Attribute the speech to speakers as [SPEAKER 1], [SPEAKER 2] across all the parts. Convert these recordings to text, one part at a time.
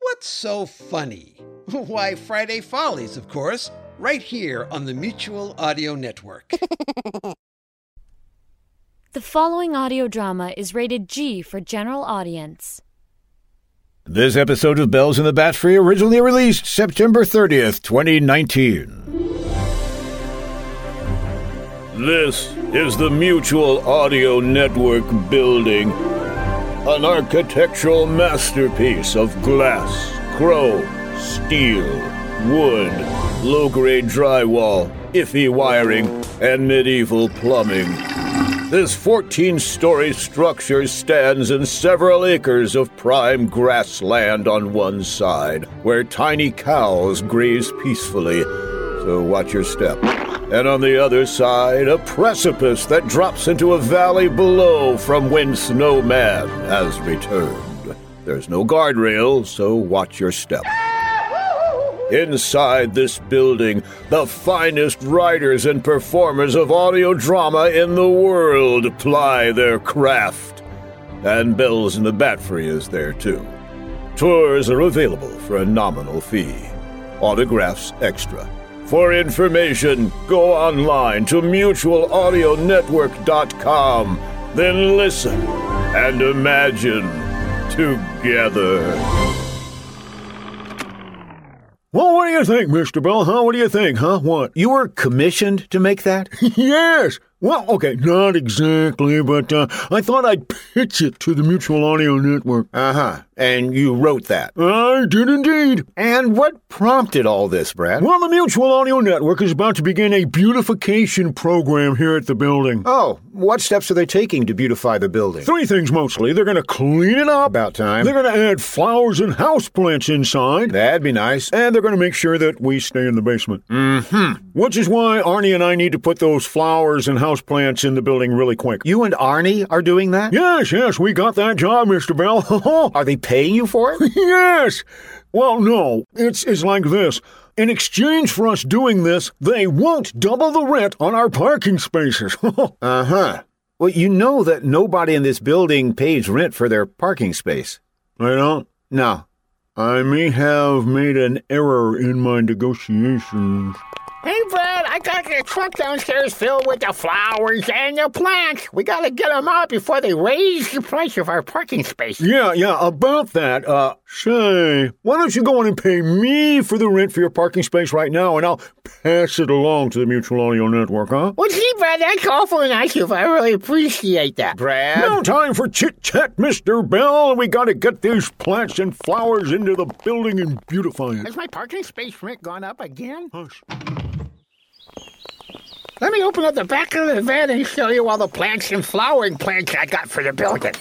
[SPEAKER 1] What's so funny? Why, Friday Follies, of course, right here on the Mutual Audio Network.
[SPEAKER 2] The following audio drama is rated G for general audience.
[SPEAKER 3] This episode of Bells in the Bat Free originally released September 30th, 2019. This is the Mutual Audio Network building, an architectural masterpiece of glass, crow, steel, wood, low grade drywall, iffy wiring, and medieval plumbing. This 14 story structure stands in several acres of prime grassland on one side, where tiny cows graze peacefully, so watch your step. And on the other side, a precipice that drops into a valley below from whence Snowman has returned. There's no guardrail, so watch your step. Inside this building, the finest writers and performers of audio drama in the world ply their craft. And Bells in the Bat Free is there too. Tours are available for a nominal fee. Autographs extra. For information, go online to mutualaudionetwork.com. Then listen and imagine together. Well, what do you think, Mr. Bell? Huh? What do you think, huh? What?
[SPEAKER 4] You were commissioned to make that?
[SPEAKER 3] yes! Well, okay, not exactly, but uh, I thought I'd pitch it to the Mutual Audio Network.
[SPEAKER 4] Uh huh. And you wrote that.
[SPEAKER 3] I did indeed.
[SPEAKER 4] And what prompted all this, Brad?
[SPEAKER 3] Well, the Mutual Audio Network is about to begin a beautification program here at the building.
[SPEAKER 4] Oh, what steps are they taking to beautify the building?
[SPEAKER 3] Three things mostly. They're going to clean it up.
[SPEAKER 4] About time.
[SPEAKER 3] They're going to add flowers and houseplants inside.
[SPEAKER 4] That'd be nice.
[SPEAKER 3] And they're going to make sure that we stay in the basement. Mm-hmm. Which is why Arnie and I need to put those flowers and houseplants in the building really quick.
[SPEAKER 4] You and Arnie are doing that?
[SPEAKER 3] Yes, yes, we got that job, Mr. Bell.
[SPEAKER 4] Are they paying you for it?
[SPEAKER 3] yes! Well, no. It's, it's like this. In exchange for us doing this, they won't double the rent on our parking spaces.
[SPEAKER 4] uh huh. Well, you know that nobody in this building pays rent for their parking space.
[SPEAKER 3] I don't.
[SPEAKER 4] No.
[SPEAKER 3] I may have made an error in my negotiations.
[SPEAKER 5] Hey, Brad, I got the truck downstairs filled with the flowers and the plants. We gotta get them out before they raise the price of our parking space.
[SPEAKER 3] Yeah, yeah, about that, uh, say, why don't you go in and pay me for the rent for your parking space right now, and I'll pass it along to the Mutual Audio Network, huh?
[SPEAKER 5] Well, gee, Brad, that's awful nice of you. I really appreciate that.
[SPEAKER 4] Brad?
[SPEAKER 3] No time for chit chat, Mr. Bell. We gotta get these plants and flowers into the building and beautify it.
[SPEAKER 5] Has my parking space rent gone up again?
[SPEAKER 3] Hush.
[SPEAKER 5] Let me open up the back of the van and show you all the plants and flowering plants I got for the building.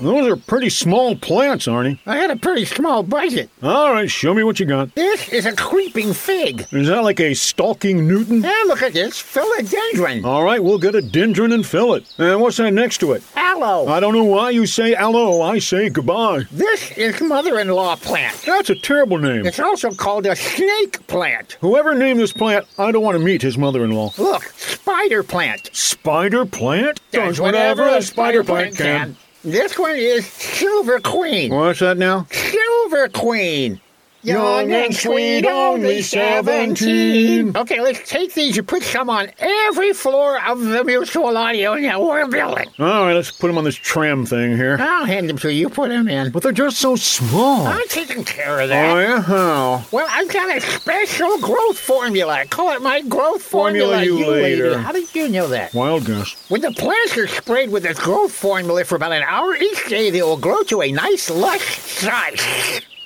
[SPEAKER 3] Those are pretty small plants, Arnie.
[SPEAKER 5] I had a pretty small budget.
[SPEAKER 3] All right, show me what you got.
[SPEAKER 5] This is a creeping fig.
[SPEAKER 3] Is that like a stalking Newton?
[SPEAKER 5] And look at this philodendron.
[SPEAKER 3] All right, we'll get a dendron and fill it. And what's that next to it?
[SPEAKER 5] Aloe.
[SPEAKER 3] I don't know why you say aloe. I say goodbye.
[SPEAKER 5] This is mother-in-law plant.
[SPEAKER 3] That's a terrible name.
[SPEAKER 5] It's also called a snake plant.
[SPEAKER 3] Whoever named this plant, I don't want to meet his mother-in-law.
[SPEAKER 5] Look, spider plant.
[SPEAKER 3] Spider plant
[SPEAKER 5] Does whatever a spider plant can. This one is Silver Queen.
[SPEAKER 3] What's that now?
[SPEAKER 5] Silver Queen.
[SPEAKER 3] Young and sweet, only 17.
[SPEAKER 5] Okay, let's take these and put some on every floor of the Mutual Audio Network building.
[SPEAKER 3] All right, let's put them on this tram thing here.
[SPEAKER 5] I'll hand them to you. Put them in.
[SPEAKER 3] But they're just so small.
[SPEAKER 5] I'm taking care of that.
[SPEAKER 3] Oh, yeah, how?
[SPEAKER 5] Well, I've got a special growth formula. I call it my growth formula.
[SPEAKER 3] Formula you later.
[SPEAKER 5] How did you know that?
[SPEAKER 3] Wild guess.
[SPEAKER 5] When the plants are sprayed with this growth formula for about an hour each day, they will grow to a nice lush size.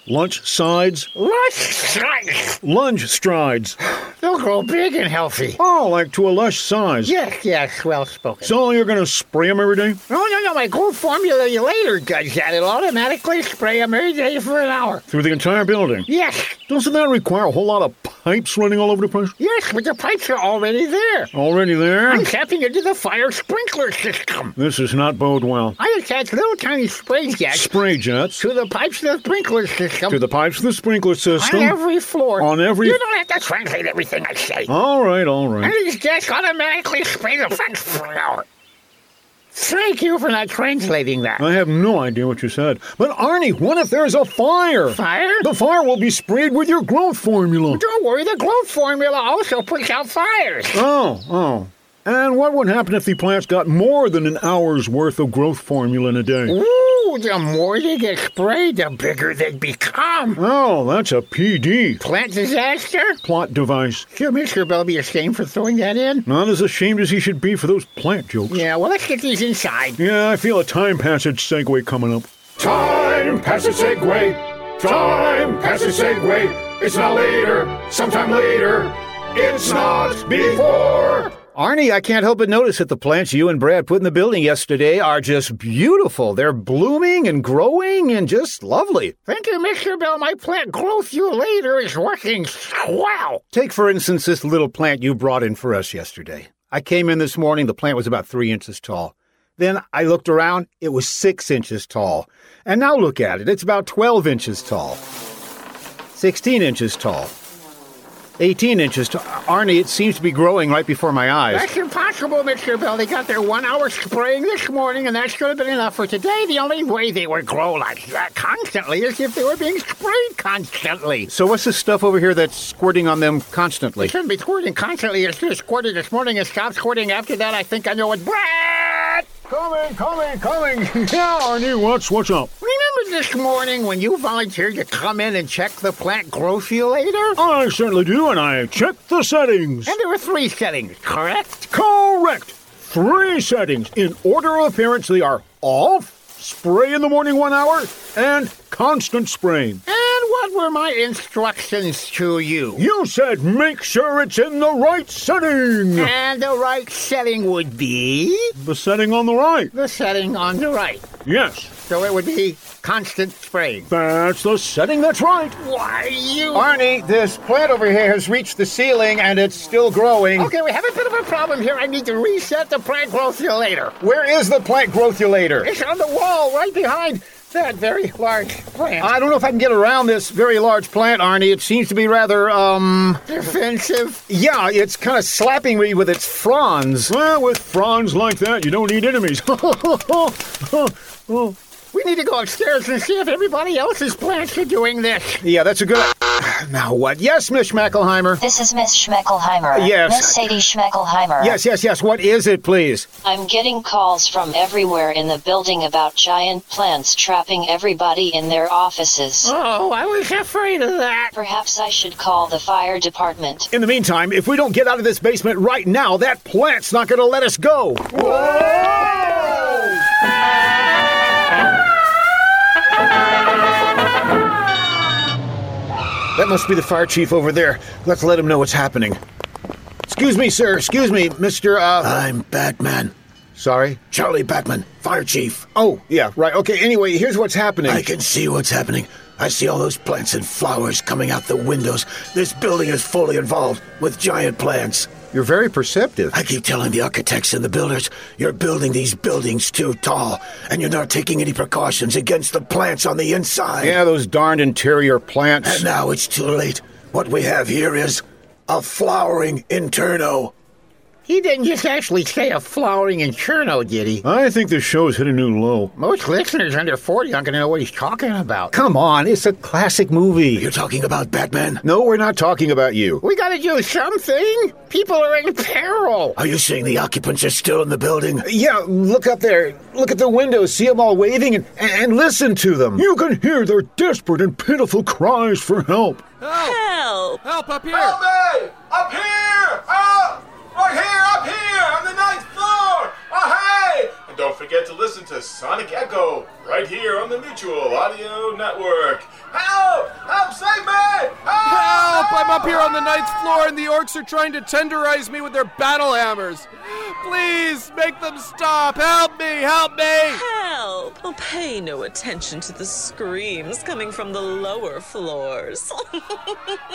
[SPEAKER 3] Lunch sides?
[SPEAKER 5] Lush size.
[SPEAKER 3] Lunge strides.
[SPEAKER 5] They'll grow big and healthy.
[SPEAKER 3] Oh, like to a lush size.
[SPEAKER 5] Yes, yes, well spoken.
[SPEAKER 3] So you're going to spray them every day?
[SPEAKER 5] no, no, no, my growth formula you later does that. It'll automatically spray them every day for an hour.
[SPEAKER 3] Through the entire building?
[SPEAKER 5] Yes,
[SPEAKER 3] Doesn't that require a whole lot of pipes running all over the place?
[SPEAKER 5] yes, but the pipes are already there.
[SPEAKER 3] Already there?
[SPEAKER 5] I'm tapping into the fire sprinkler system.
[SPEAKER 3] This is not bode well.
[SPEAKER 5] I attach little tiny spray jets
[SPEAKER 3] Spray jets
[SPEAKER 5] to the pipes of the sprinkler system
[SPEAKER 3] to the pipes of the sprinkler
[SPEAKER 5] on
[SPEAKER 3] system.
[SPEAKER 5] every floor.
[SPEAKER 3] On every- Oh,
[SPEAKER 5] You don't have to translate everything I say.
[SPEAKER 3] All right, all right.
[SPEAKER 5] And these jets automatically spray the front floor. Thank you for not translating that.
[SPEAKER 3] I have no idea what you said. But Arnie, what if there's a fire?
[SPEAKER 5] Fire?
[SPEAKER 3] The fire will be sprayed with your growth formula.
[SPEAKER 5] Don't worry, the growth formula also puts out fires.
[SPEAKER 3] Oh, oh. And what would happen if the plants got more than an hour's worth of growth formula in a day?
[SPEAKER 5] Ooh, the more they get sprayed, the bigger they become.
[SPEAKER 3] Oh, that's a PD.
[SPEAKER 5] Plant disaster?
[SPEAKER 3] Plot device.
[SPEAKER 5] Should Mr. Bell be ashamed for throwing that in?
[SPEAKER 3] Not as ashamed as he should be for those plant jokes.
[SPEAKER 5] Yeah, well, let's get these inside.
[SPEAKER 3] Yeah, I feel a time passage segue coming up.
[SPEAKER 6] Time passes segue. Time passes segue. It's not later. Sometime later. It's not before.
[SPEAKER 3] Arnie, I can't help but notice that the plants you and Brad put in the building yesterday are just beautiful. They're blooming and growing and just lovely.
[SPEAKER 5] Thank you, Mr. Bell. My plant growth you later is working swell.
[SPEAKER 3] Take, for instance, this little plant you brought in for us yesterday. I came in this morning, the plant was about three inches tall. Then I looked around, it was six inches tall. And now look at it, it's about 12 inches tall, 16 inches tall, 18 inches tall. Arnie, it seems to be growing right before my eyes.
[SPEAKER 5] That's impossible, Mr. Bell. They got their one hour spraying this morning, and that should have been enough for today. The only way they would grow like that constantly is if they were being sprayed constantly.
[SPEAKER 3] So, what's this stuff over here that's squirting on them constantly?
[SPEAKER 5] They shouldn't be squirting constantly. It's just squirted this morning and stopped squirting after that. I think I know what. Brad!
[SPEAKER 3] Coming, coming, coming. yeah, Arnie, what's, what's up?
[SPEAKER 5] Remember this morning when you volunteered to come in and check the plant growth you later?
[SPEAKER 3] I certainly do, and I checked the settings.
[SPEAKER 5] And there were three settings, correct?
[SPEAKER 3] Correct. Three settings. In order of appearance, they are off, spray in the morning one hour, and constant spraying.
[SPEAKER 5] And what were my instructions to you?
[SPEAKER 3] You said make sure it's in the right setting.
[SPEAKER 5] And the right setting would be
[SPEAKER 3] The setting on the right.
[SPEAKER 5] the setting on the right.
[SPEAKER 3] Yes.
[SPEAKER 5] So it would be constant spraying.
[SPEAKER 3] That's the setting that's right.
[SPEAKER 5] Why you?
[SPEAKER 3] Arnie, this plant over here has reached the ceiling and it's still growing.
[SPEAKER 5] Okay, we have a bit of a problem here. I need to reset the plant growth later.
[SPEAKER 3] Where is the plant growthulator?
[SPEAKER 5] It's on the wall right behind that very large plant.
[SPEAKER 3] I don't know if I can get around this very large plant, Arnie. It seems to be rather, um,
[SPEAKER 5] Defensive.
[SPEAKER 3] yeah, it's kind of slapping me with its fronds. Well, with fronds like that, you don't need enemies.
[SPEAKER 5] We need to go upstairs and see if everybody else's plants are doing this.
[SPEAKER 3] yeah, that's a good. Now what? Yes, Miss Schmackelheimer.
[SPEAKER 7] This is Miss Schmeckelheimer.
[SPEAKER 3] Yes.
[SPEAKER 7] Miss Sadie Schmeckelheimer.
[SPEAKER 3] Yes, yes, yes. What is it, please?
[SPEAKER 7] I'm getting calls from everywhere in the building about giant plants trapping everybody in their offices.
[SPEAKER 5] Oh, I was afraid of that.
[SPEAKER 7] Perhaps I should call the fire department.
[SPEAKER 3] In the meantime, if we don't get out of this basement right now, that plant's not going to let us go. That must be the fire chief over there. Let's let him know what's happening. Excuse me, sir. Excuse me, Mr. Uh. I'm Batman. Sorry?
[SPEAKER 8] Charlie Batman, fire chief.
[SPEAKER 3] Oh, yeah, right. Okay, anyway, here's what's happening.
[SPEAKER 8] I can see what's happening. I see all those plants and flowers coming out the windows. This building is fully involved with giant plants.
[SPEAKER 3] You're very perceptive.
[SPEAKER 8] I keep telling the architects and the builders, you're building these buildings too tall, and you're not taking any precautions against the plants on the inside.
[SPEAKER 3] yeah, those darned interior plants.
[SPEAKER 8] And now it's too late. What we have here is a flowering inferno.
[SPEAKER 5] He didn't just actually say a flowering inferno, did he?
[SPEAKER 3] I think this show's hit a new low.
[SPEAKER 5] Most listeners under 40 aren't going to know what he's talking about.
[SPEAKER 3] Come on, it's a classic movie.
[SPEAKER 8] You're talking about Batman?
[SPEAKER 3] No, we're not talking about you.
[SPEAKER 5] We got to do something. People are in peril.
[SPEAKER 8] Are you saying the occupants are still in the building?
[SPEAKER 3] Yeah, look up there. Look at the windows. See them all waving and, and listen to them. You can hear their desperate and pitiful cries for help.
[SPEAKER 1] Help up here!
[SPEAKER 6] Help me! Up here! Up! Right here! Up here! On the ninth floor! Ah, hey! And don't forget to listen to Sonic Echo right here on the Mutual Audio Network. Help! Help! Save me!
[SPEAKER 9] Help! I'm up here on the ninth floor and the orcs are trying to tenderize me with their battle hammers. Please make them stop! Help me! Help me!
[SPEAKER 10] Help! I'll pay no attention to the screams coming from the lower floors.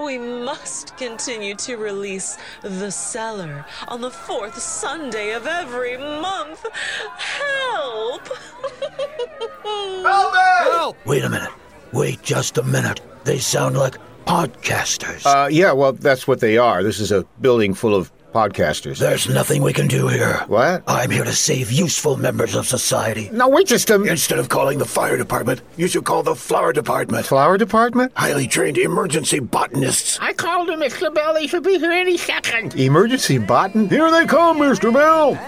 [SPEAKER 10] we must continue to release The Cellar on the fourth Sunday of every month. Help!
[SPEAKER 6] Help me!
[SPEAKER 9] Help!
[SPEAKER 8] Wait a minute. Wait just a minute. They sound like podcasters.
[SPEAKER 3] Uh, yeah, well, that's what they are. This is a building full of podcasters.
[SPEAKER 8] There's nothing we can do here.
[SPEAKER 3] What?
[SPEAKER 8] I'm here to save useful members of society.
[SPEAKER 3] No, wait just um, a minute.
[SPEAKER 8] Instead of calling the fire department, you should call the flower department.
[SPEAKER 3] Flower department?
[SPEAKER 8] Highly trained emergency botanists.
[SPEAKER 5] I called him, Mr. Bell. He should be here any second.
[SPEAKER 3] Emergency button? Here they come, Mr. Bell!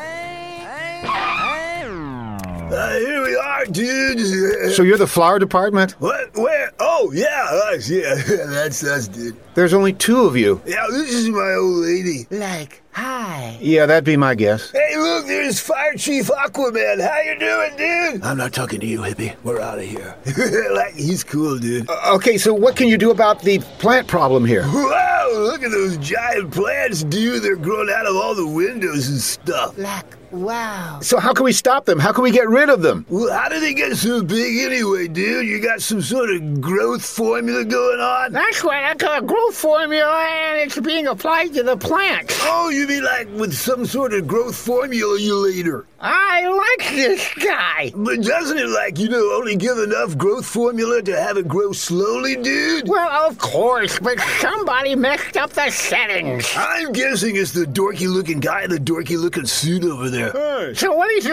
[SPEAKER 8] Uh, here we are, dude.
[SPEAKER 3] So you're the flower department?
[SPEAKER 8] What? Where? Oh, yeah, us, yeah. That's us, dude.
[SPEAKER 3] There's only two of you.
[SPEAKER 8] Yeah, this is my old lady.
[SPEAKER 5] Like, hi.
[SPEAKER 3] Yeah, that'd be my guess.
[SPEAKER 8] Hey, look, there's Fire Chief Aquaman. How you doing, dude? I'm not talking to you, hippie. We're out of here. like, he's cool, dude.
[SPEAKER 3] Uh, Okay, so what can you do about the plant problem here?
[SPEAKER 8] Wow, look at those giant plants, dude. They're growing out of all the windows and stuff.
[SPEAKER 5] Like, wow.
[SPEAKER 3] So how can we stop them? How can we get rid of them?
[SPEAKER 8] Well, how did they get so big anyway, dude? You got some sort of growth formula going on?
[SPEAKER 5] That's what I call growth formula, and it's being applied to the plants.
[SPEAKER 8] Oh, you mean like with some sort of growth formulator?
[SPEAKER 5] I like this guy.
[SPEAKER 8] But doesn't it like, you know, only give enough growth formula to have it grow slowly, dude?
[SPEAKER 5] Well, of course, but somebody messed up the settings.
[SPEAKER 8] I'm guessing it's the dorky looking guy in the dorky looking suit over there.
[SPEAKER 5] So what is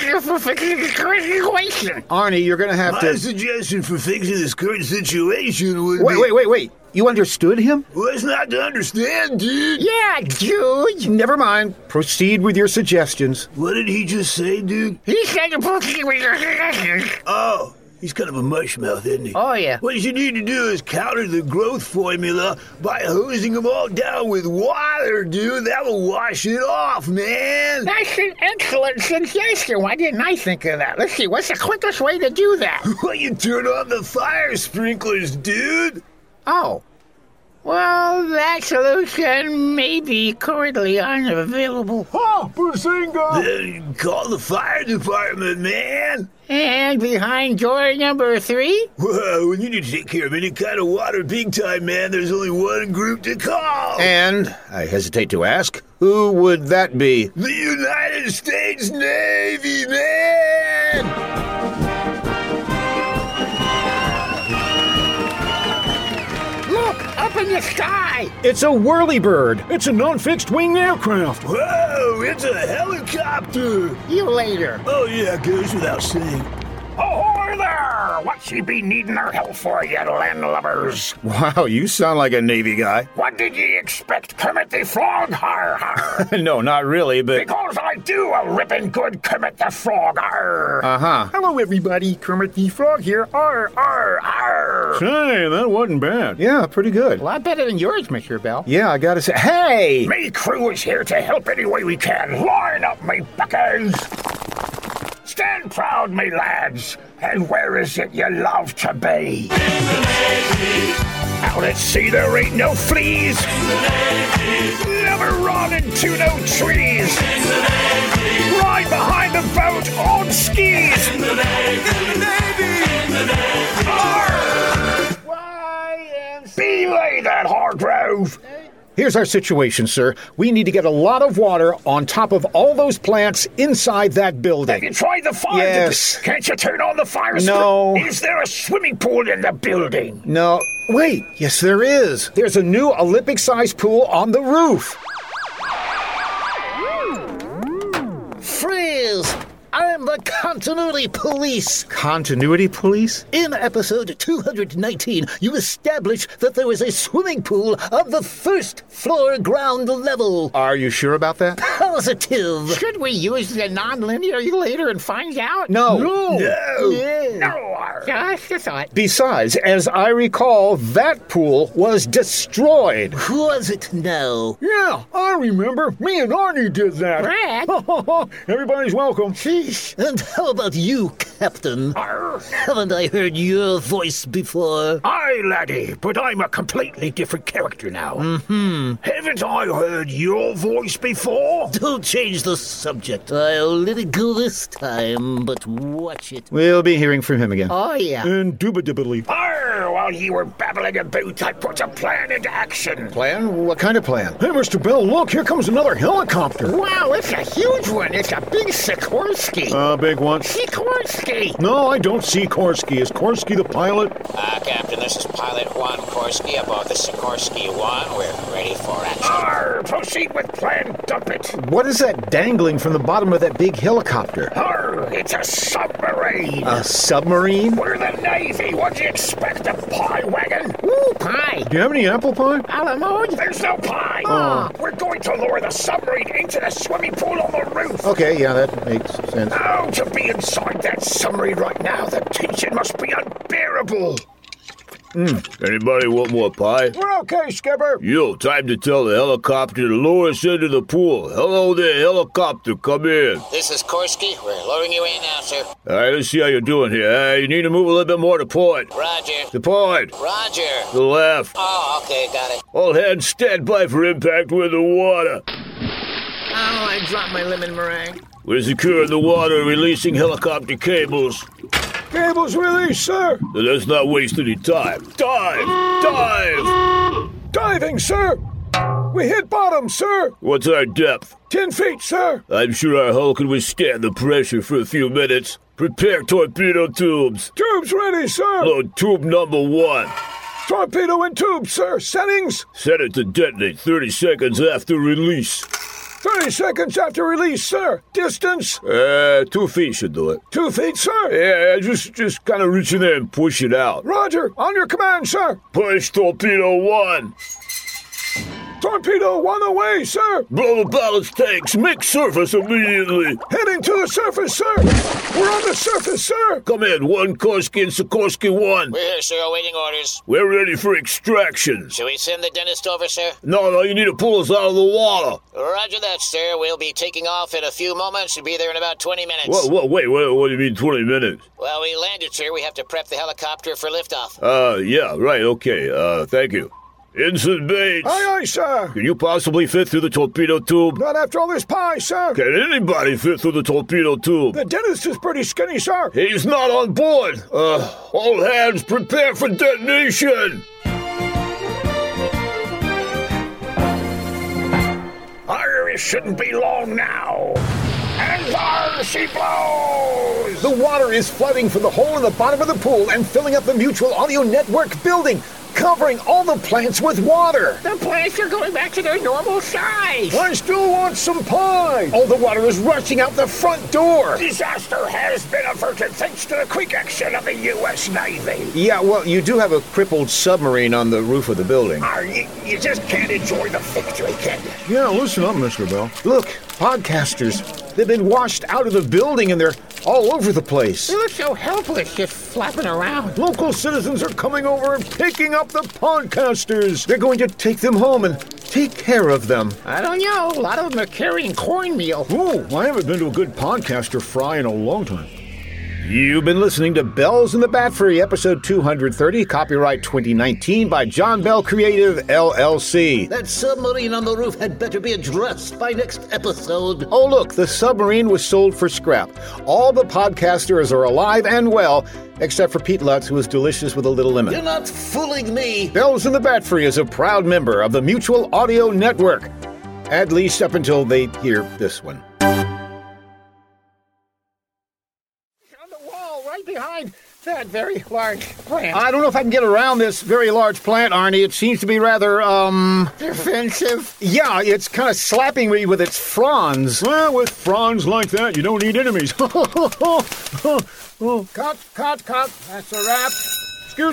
[SPEAKER 5] this question?
[SPEAKER 3] Arnie, you're gonna have
[SPEAKER 8] My
[SPEAKER 3] to.
[SPEAKER 8] suggestion for fixing this current situation would
[SPEAKER 3] Wait,
[SPEAKER 8] be
[SPEAKER 3] wait, wait, wait. You understood him?
[SPEAKER 8] Well, it's not to understand, dude.
[SPEAKER 5] Yeah, dude.
[SPEAKER 3] Never mind. Proceed with your suggestions.
[SPEAKER 8] What did he just say, dude?
[SPEAKER 5] He said to proceed with your suggestions.
[SPEAKER 8] Oh, he's kind of a mushmouth, isn't he?
[SPEAKER 5] Oh, yeah.
[SPEAKER 8] What you need to do is counter the growth formula by hosing them all down with water, dude. That will wash it off, man.
[SPEAKER 5] That's an excellent suggestion. Why didn't I think of that? Let's see, what's the quickest way to do that?
[SPEAKER 8] Well, you turn on the fire sprinklers, dude.
[SPEAKER 5] Oh. Well, that solution may be currently unavailable.
[SPEAKER 6] Ha! Brazinga!
[SPEAKER 8] Then call the fire department, man.
[SPEAKER 5] And behind door number three?
[SPEAKER 8] Whoa, Uh, when you need to take care of any kind of water big time, man, there's only one group to call.
[SPEAKER 3] And, I hesitate to ask, who would that be?
[SPEAKER 8] the United States Navy, man!
[SPEAKER 5] Look, up in the sky!
[SPEAKER 3] It's a whirlybird. It's a non fixed wing aircraft.
[SPEAKER 8] Whoa, it's a helicopter!
[SPEAKER 5] You later.
[SPEAKER 3] Uh,
[SPEAKER 8] Oh, yeah, it goes without saying.
[SPEAKER 5] Ahoy there! What she be needing her help for, you landlubbers?
[SPEAKER 3] Wow, you sound like a Navy guy.
[SPEAKER 5] What did ye expect, Kermit the Frog? Har har!
[SPEAKER 3] no, not really, but.
[SPEAKER 5] because I do a rippin' good Kermit the Frog. Har!
[SPEAKER 3] Uh huh.
[SPEAKER 5] Hello, everybody. Kermit the Frog here. Arr, arr, arr.
[SPEAKER 4] Hey, that wasn't bad.
[SPEAKER 3] Yeah, pretty good.
[SPEAKER 5] A lot better than yours, Mr. Bell.
[SPEAKER 3] Yeah, I gotta say. Hey!
[SPEAKER 5] Me crew is here to help any way we can. Line up, me buckers. Stand proud, me lads. And where is it you love to be? Out at sea there ain't no fleas. Never run into no trees. Ride behind the boat on skis. Arr! Belay that Hargrove.
[SPEAKER 3] Here's our situation, sir. We need to get a lot of water on top of all those plants inside that
[SPEAKER 5] Have you
[SPEAKER 3] building.
[SPEAKER 5] tried the fire?
[SPEAKER 3] Yes.
[SPEAKER 5] Can't you turn on the fire? spr-
[SPEAKER 3] No.
[SPEAKER 5] Is there a swimming pool in the building?
[SPEAKER 3] No. Wait, yes, there is. There's a new Olympic sized pool on the roof.
[SPEAKER 5] Frizz, I'm the continuity police.
[SPEAKER 3] Continuity police?
[SPEAKER 5] In episode 219, you established that there was a swimming pool on the first floor ground level.
[SPEAKER 3] Are you sure about that?
[SPEAKER 5] Positive. Should we use the nonlinear later and find out?
[SPEAKER 3] No.
[SPEAKER 5] No. No. Just a thought.
[SPEAKER 3] Besides, as I recall, that pool was destroyed.
[SPEAKER 5] Was it no?
[SPEAKER 3] Yeah, I remember. Me and Arnie did that.
[SPEAKER 5] Brad?
[SPEAKER 3] Everybody's welcome.
[SPEAKER 5] And how about you, Captain? Haven't I heard your voice before?
[SPEAKER 8] Aye, laddie, but I'm a completely different character now. Mm-hmm. Haven't I heard your voice before?
[SPEAKER 5] Don't change the subject. I'll let it go this time, but watch it.
[SPEAKER 3] We'll be hearing from him again.
[SPEAKER 5] Oh, yeah.
[SPEAKER 3] Indubitably.
[SPEAKER 8] Arr, well,
[SPEAKER 5] all ye were babbling about, I put a plan into action.
[SPEAKER 3] Plan? What kind of plan? Hey, Mr. Bell, look, here comes another helicopter.
[SPEAKER 5] Wow, it's a huge one. It's a big Sikorsky.
[SPEAKER 3] Uh, big one.
[SPEAKER 5] Sikorsky!
[SPEAKER 3] No, I don't see Korsky. Is Korsky the pilot?
[SPEAKER 11] Uh, Captain, this is Pilot Juan Korsky aboard the Sikorsky One. We're ready for action.
[SPEAKER 5] Arr, proceed with plan, dump it.
[SPEAKER 3] What is that dangling from the bottom of that big helicopter?
[SPEAKER 5] Arr, it's a submarine.
[SPEAKER 3] A submarine?
[SPEAKER 5] We're the Navy. What do you expect, a pie wagon? Ooh, pie.
[SPEAKER 3] Do you have any apple pie? Oh.
[SPEAKER 5] There's no pie. We're going to lure the submarine into the swimming pool on the roof.
[SPEAKER 3] Okay, yeah, that makes sense.
[SPEAKER 5] Oh, to be inside that submarine right now, the tension must be unbearable.
[SPEAKER 4] Anybody want more pie?
[SPEAKER 5] We're okay, Skipper.
[SPEAKER 4] Yo, time to tell the helicopter to lower us into the pool. Hello there, helicopter, come in.
[SPEAKER 11] This is Korsky. We're loading you in now, sir.
[SPEAKER 4] All right, let's see how you're doing here. Uh, you need to move a little bit more to port.
[SPEAKER 11] Roger.
[SPEAKER 4] To port. To
[SPEAKER 11] Roger.
[SPEAKER 4] the left.
[SPEAKER 11] Oh, okay, got it.
[SPEAKER 4] All hands stand by for impact with the water.
[SPEAKER 5] Oh, I dropped my lemon meringue.
[SPEAKER 4] We're securing the water, releasing helicopter cables.
[SPEAKER 3] Cables released, sir.
[SPEAKER 4] Now, Let's not waste any time. Dive! Dive!
[SPEAKER 3] Diving, sir. We hit bottom, sir.
[SPEAKER 4] What's our depth?
[SPEAKER 3] Ten feet, sir.
[SPEAKER 4] I'm sure our hull can withstand the pressure for a few minutes. Prepare torpedo tubes.
[SPEAKER 3] Tubes ready, sir.
[SPEAKER 4] Load tube number one.
[SPEAKER 3] Torpedo and tube, sir. Settings.
[SPEAKER 4] Set it to detonate 30 seconds after release.
[SPEAKER 3] 30 seconds after release, sir. Distance.
[SPEAKER 4] Uh, two feet should do it.
[SPEAKER 3] Two feet, sir.
[SPEAKER 4] Yeah, just just kind of reach in there and push it out.
[SPEAKER 3] Roger. On your command, sir.
[SPEAKER 4] Push torpedo one.
[SPEAKER 3] Torpedo one away, sir.
[SPEAKER 4] Blow the ballast tanks. Make surface immediately.
[SPEAKER 3] Heading to the surface, sir. We're on the surface, sir.
[SPEAKER 4] Come in, one Korsky and Sikorsky one.
[SPEAKER 11] We're here, sir, awaiting orders.
[SPEAKER 4] We're ready for extractions.
[SPEAKER 11] Shall we send the dentist over, sir?
[SPEAKER 4] No, no, you need to pull us out of the water.
[SPEAKER 11] Roger that, sir. We'll be taking off in a few moments. We'll be there in about 20 minutes.
[SPEAKER 4] What, what, wait, what, what do you mean 20 minutes?
[SPEAKER 11] Well, we landed, sir. We have to prep the helicopter for liftoff.
[SPEAKER 4] Uh, yeah, right, okay, uh, thank you. Ensign Bates,
[SPEAKER 3] Aye, aye, sir.
[SPEAKER 4] can you possibly fit through the torpedo tube?
[SPEAKER 3] Not after all this pie, sir.
[SPEAKER 4] Can anybody fit through the torpedo tube?
[SPEAKER 3] The dentist is pretty skinny, sir.
[SPEAKER 4] He's not on board. Uh, all hands prepare for detonation.
[SPEAKER 5] Arr, it shouldn't be long now. And arr, she blows.
[SPEAKER 3] The water is flooding from the hole in the bottom of the pool and filling up the Mutual Audio Network building, covering all the plants with water.
[SPEAKER 5] The plants are going back to their normal size.
[SPEAKER 3] I still want some pie. All the water is rushing out the front door.
[SPEAKER 5] Disaster has been averted thanks to the quick action of the U.S. Navy.
[SPEAKER 3] Yeah, well, you do have a crippled submarine on the roof of the building.
[SPEAKER 5] Arr, you, you just can't enjoy the victory, can you?
[SPEAKER 3] Yeah, listen up, Mr. Bell. Look, podcasters. They've been washed out of the building and they're all over the place.
[SPEAKER 5] look so helpless just flapping around.
[SPEAKER 3] Local citizens are coming over and picking up the podcasters. They're going to take them home and take care of them.
[SPEAKER 5] I don't know. A lot of them are carrying cornmeal.
[SPEAKER 3] Ooh, I haven't been to a good podcaster fry in a long time. You've been listening to Bells in the Bat Free, episode 230, copyright 2019 by John Bell Creative LLC.
[SPEAKER 12] That submarine on the roof had better be addressed by next episode.
[SPEAKER 3] Oh, look, the submarine was sold for scrap. All the podcasters are alive and well, except for Pete Lutz, who is delicious with a little lemon.
[SPEAKER 12] You're not fooling me.
[SPEAKER 3] Bells in the Bat Free is a proud member of the Mutual Audio Network, at least up until they hear this one.
[SPEAKER 5] On the wall, right behind that very large plant.
[SPEAKER 3] I don't know if I can get around this very large plant, Arnie. It seems to be rather, um,
[SPEAKER 5] Defensive.
[SPEAKER 3] yeah, it's kind of slapping me with its fronds. Well, with fronds like that, you don't need enemies. Excuse
[SPEAKER 5] Cut, cut, cut. That's a wrap.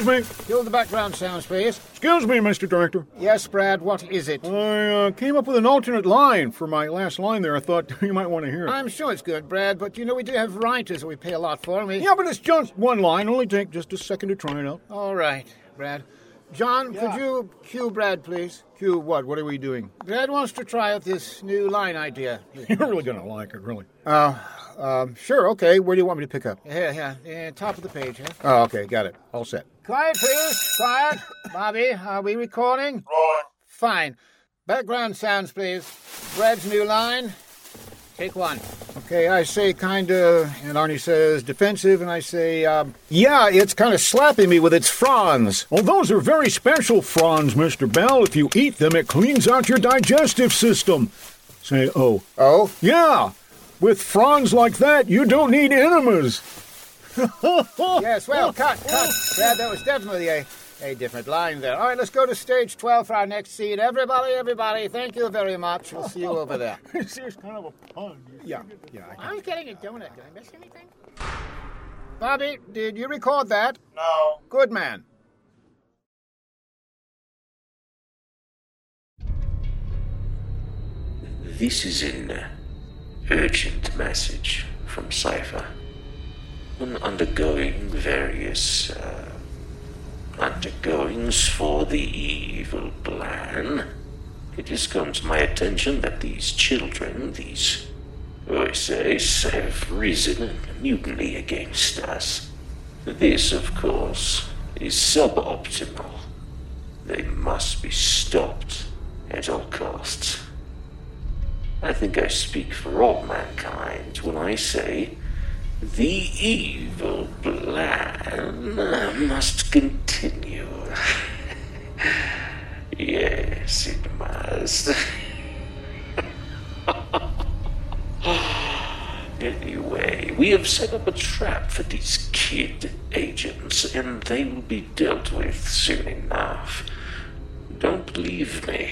[SPEAKER 3] me.
[SPEAKER 5] Kill the background sounds, please.
[SPEAKER 3] Excuse me, Mr. Director.
[SPEAKER 5] Yes, Brad, what is it?
[SPEAKER 3] I uh, came up with an alternate line for my last line there. I thought you might want to hear it.
[SPEAKER 5] I'm sure it's good, Brad, but you know we do have writers that we pay a lot for. and We...
[SPEAKER 3] yeah, but it's just one line. Only take just a second to try it out.
[SPEAKER 5] All right, Brad. John, could you cue Brad, please?
[SPEAKER 3] Q, what? What are we doing?
[SPEAKER 5] Brad wants to try out this new line idea.
[SPEAKER 3] You're really going to like it, really. Uh, um, sure, okay. Where do you want me to pick up?
[SPEAKER 5] Yeah, yeah, yeah, top of the page, huh?
[SPEAKER 3] Oh, okay, got it. All set.
[SPEAKER 5] Quiet, please. Quiet. Bobby, are we recording?
[SPEAKER 6] Rolling.
[SPEAKER 5] Fine. Background sounds, please. Brad's new line. Take one.
[SPEAKER 13] Okay, I say kinda, and Arnie says defensive, and I say, um, yeah, it's kinda slapping me with its fronds.
[SPEAKER 3] Well, those are very special fronds, Mr. Bell. If you eat them, it cleans out your digestive system. Say, oh.
[SPEAKER 13] Oh?
[SPEAKER 3] Yeah. With fronds like that, you don't need enemas.
[SPEAKER 5] yes, well, cut, cut. Yeah, that was definitely a, a different line there. All right, let's go to stage 12 for our next scene. Everybody, everybody, thank you very much. We'll see you over there.
[SPEAKER 13] this is kind of a pun. Yeah, yeah. I-
[SPEAKER 5] I'm getting a donut. Did I miss anything? Bobby, did you record that?
[SPEAKER 14] No.
[SPEAKER 5] Good man.
[SPEAKER 15] This is an urgent message from Cypher. On undergoing various uh, undergoings for the evil plan, it has come to my attention that these children, these voices, have risen in mutiny against us. This, of course, is suboptimal. They must be stopped at all costs. I think I speak for all mankind when I say the evil plan must continue. yes, it must. anyway, we have set up a trap for these kid agents, and they will be dealt with soon enough. Don't believe me.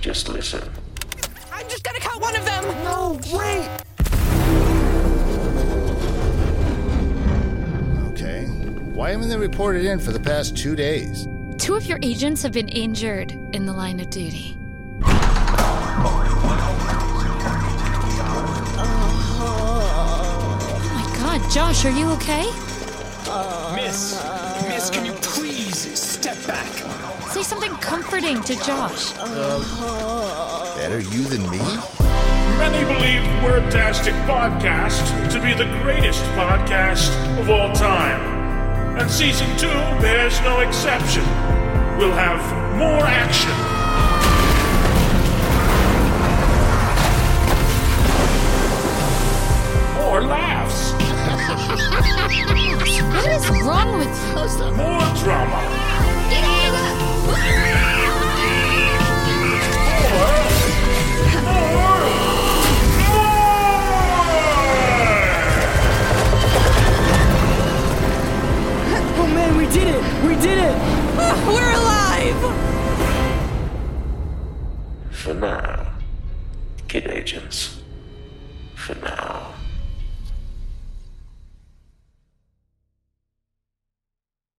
[SPEAKER 15] Just listen.
[SPEAKER 16] I'm just gonna cut one of them. No, wait.
[SPEAKER 8] Okay. Why haven't they reported in for the past two days?
[SPEAKER 2] Two of your agents have been injured in the line of duty. Oh my god, Josh, are you okay?
[SPEAKER 17] Miss, Miss, can you please step back?
[SPEAKER 2] Say something comforting to Josh.
[SPEAKER 8] Better you than me?
[SPEAKER 4] Many believe Wordtastic Podcast to be the greatest podcast of all time. And season two bears no exception. We'll have more action. More laughs.
[SPEAKER 2] what is wrong with you?
[SPEAKER 4] More drama.
[SPEAKER 16] Oh man, we did it! We did it! we're alive!
[SPEAKER 15] For now, kid agents. For now.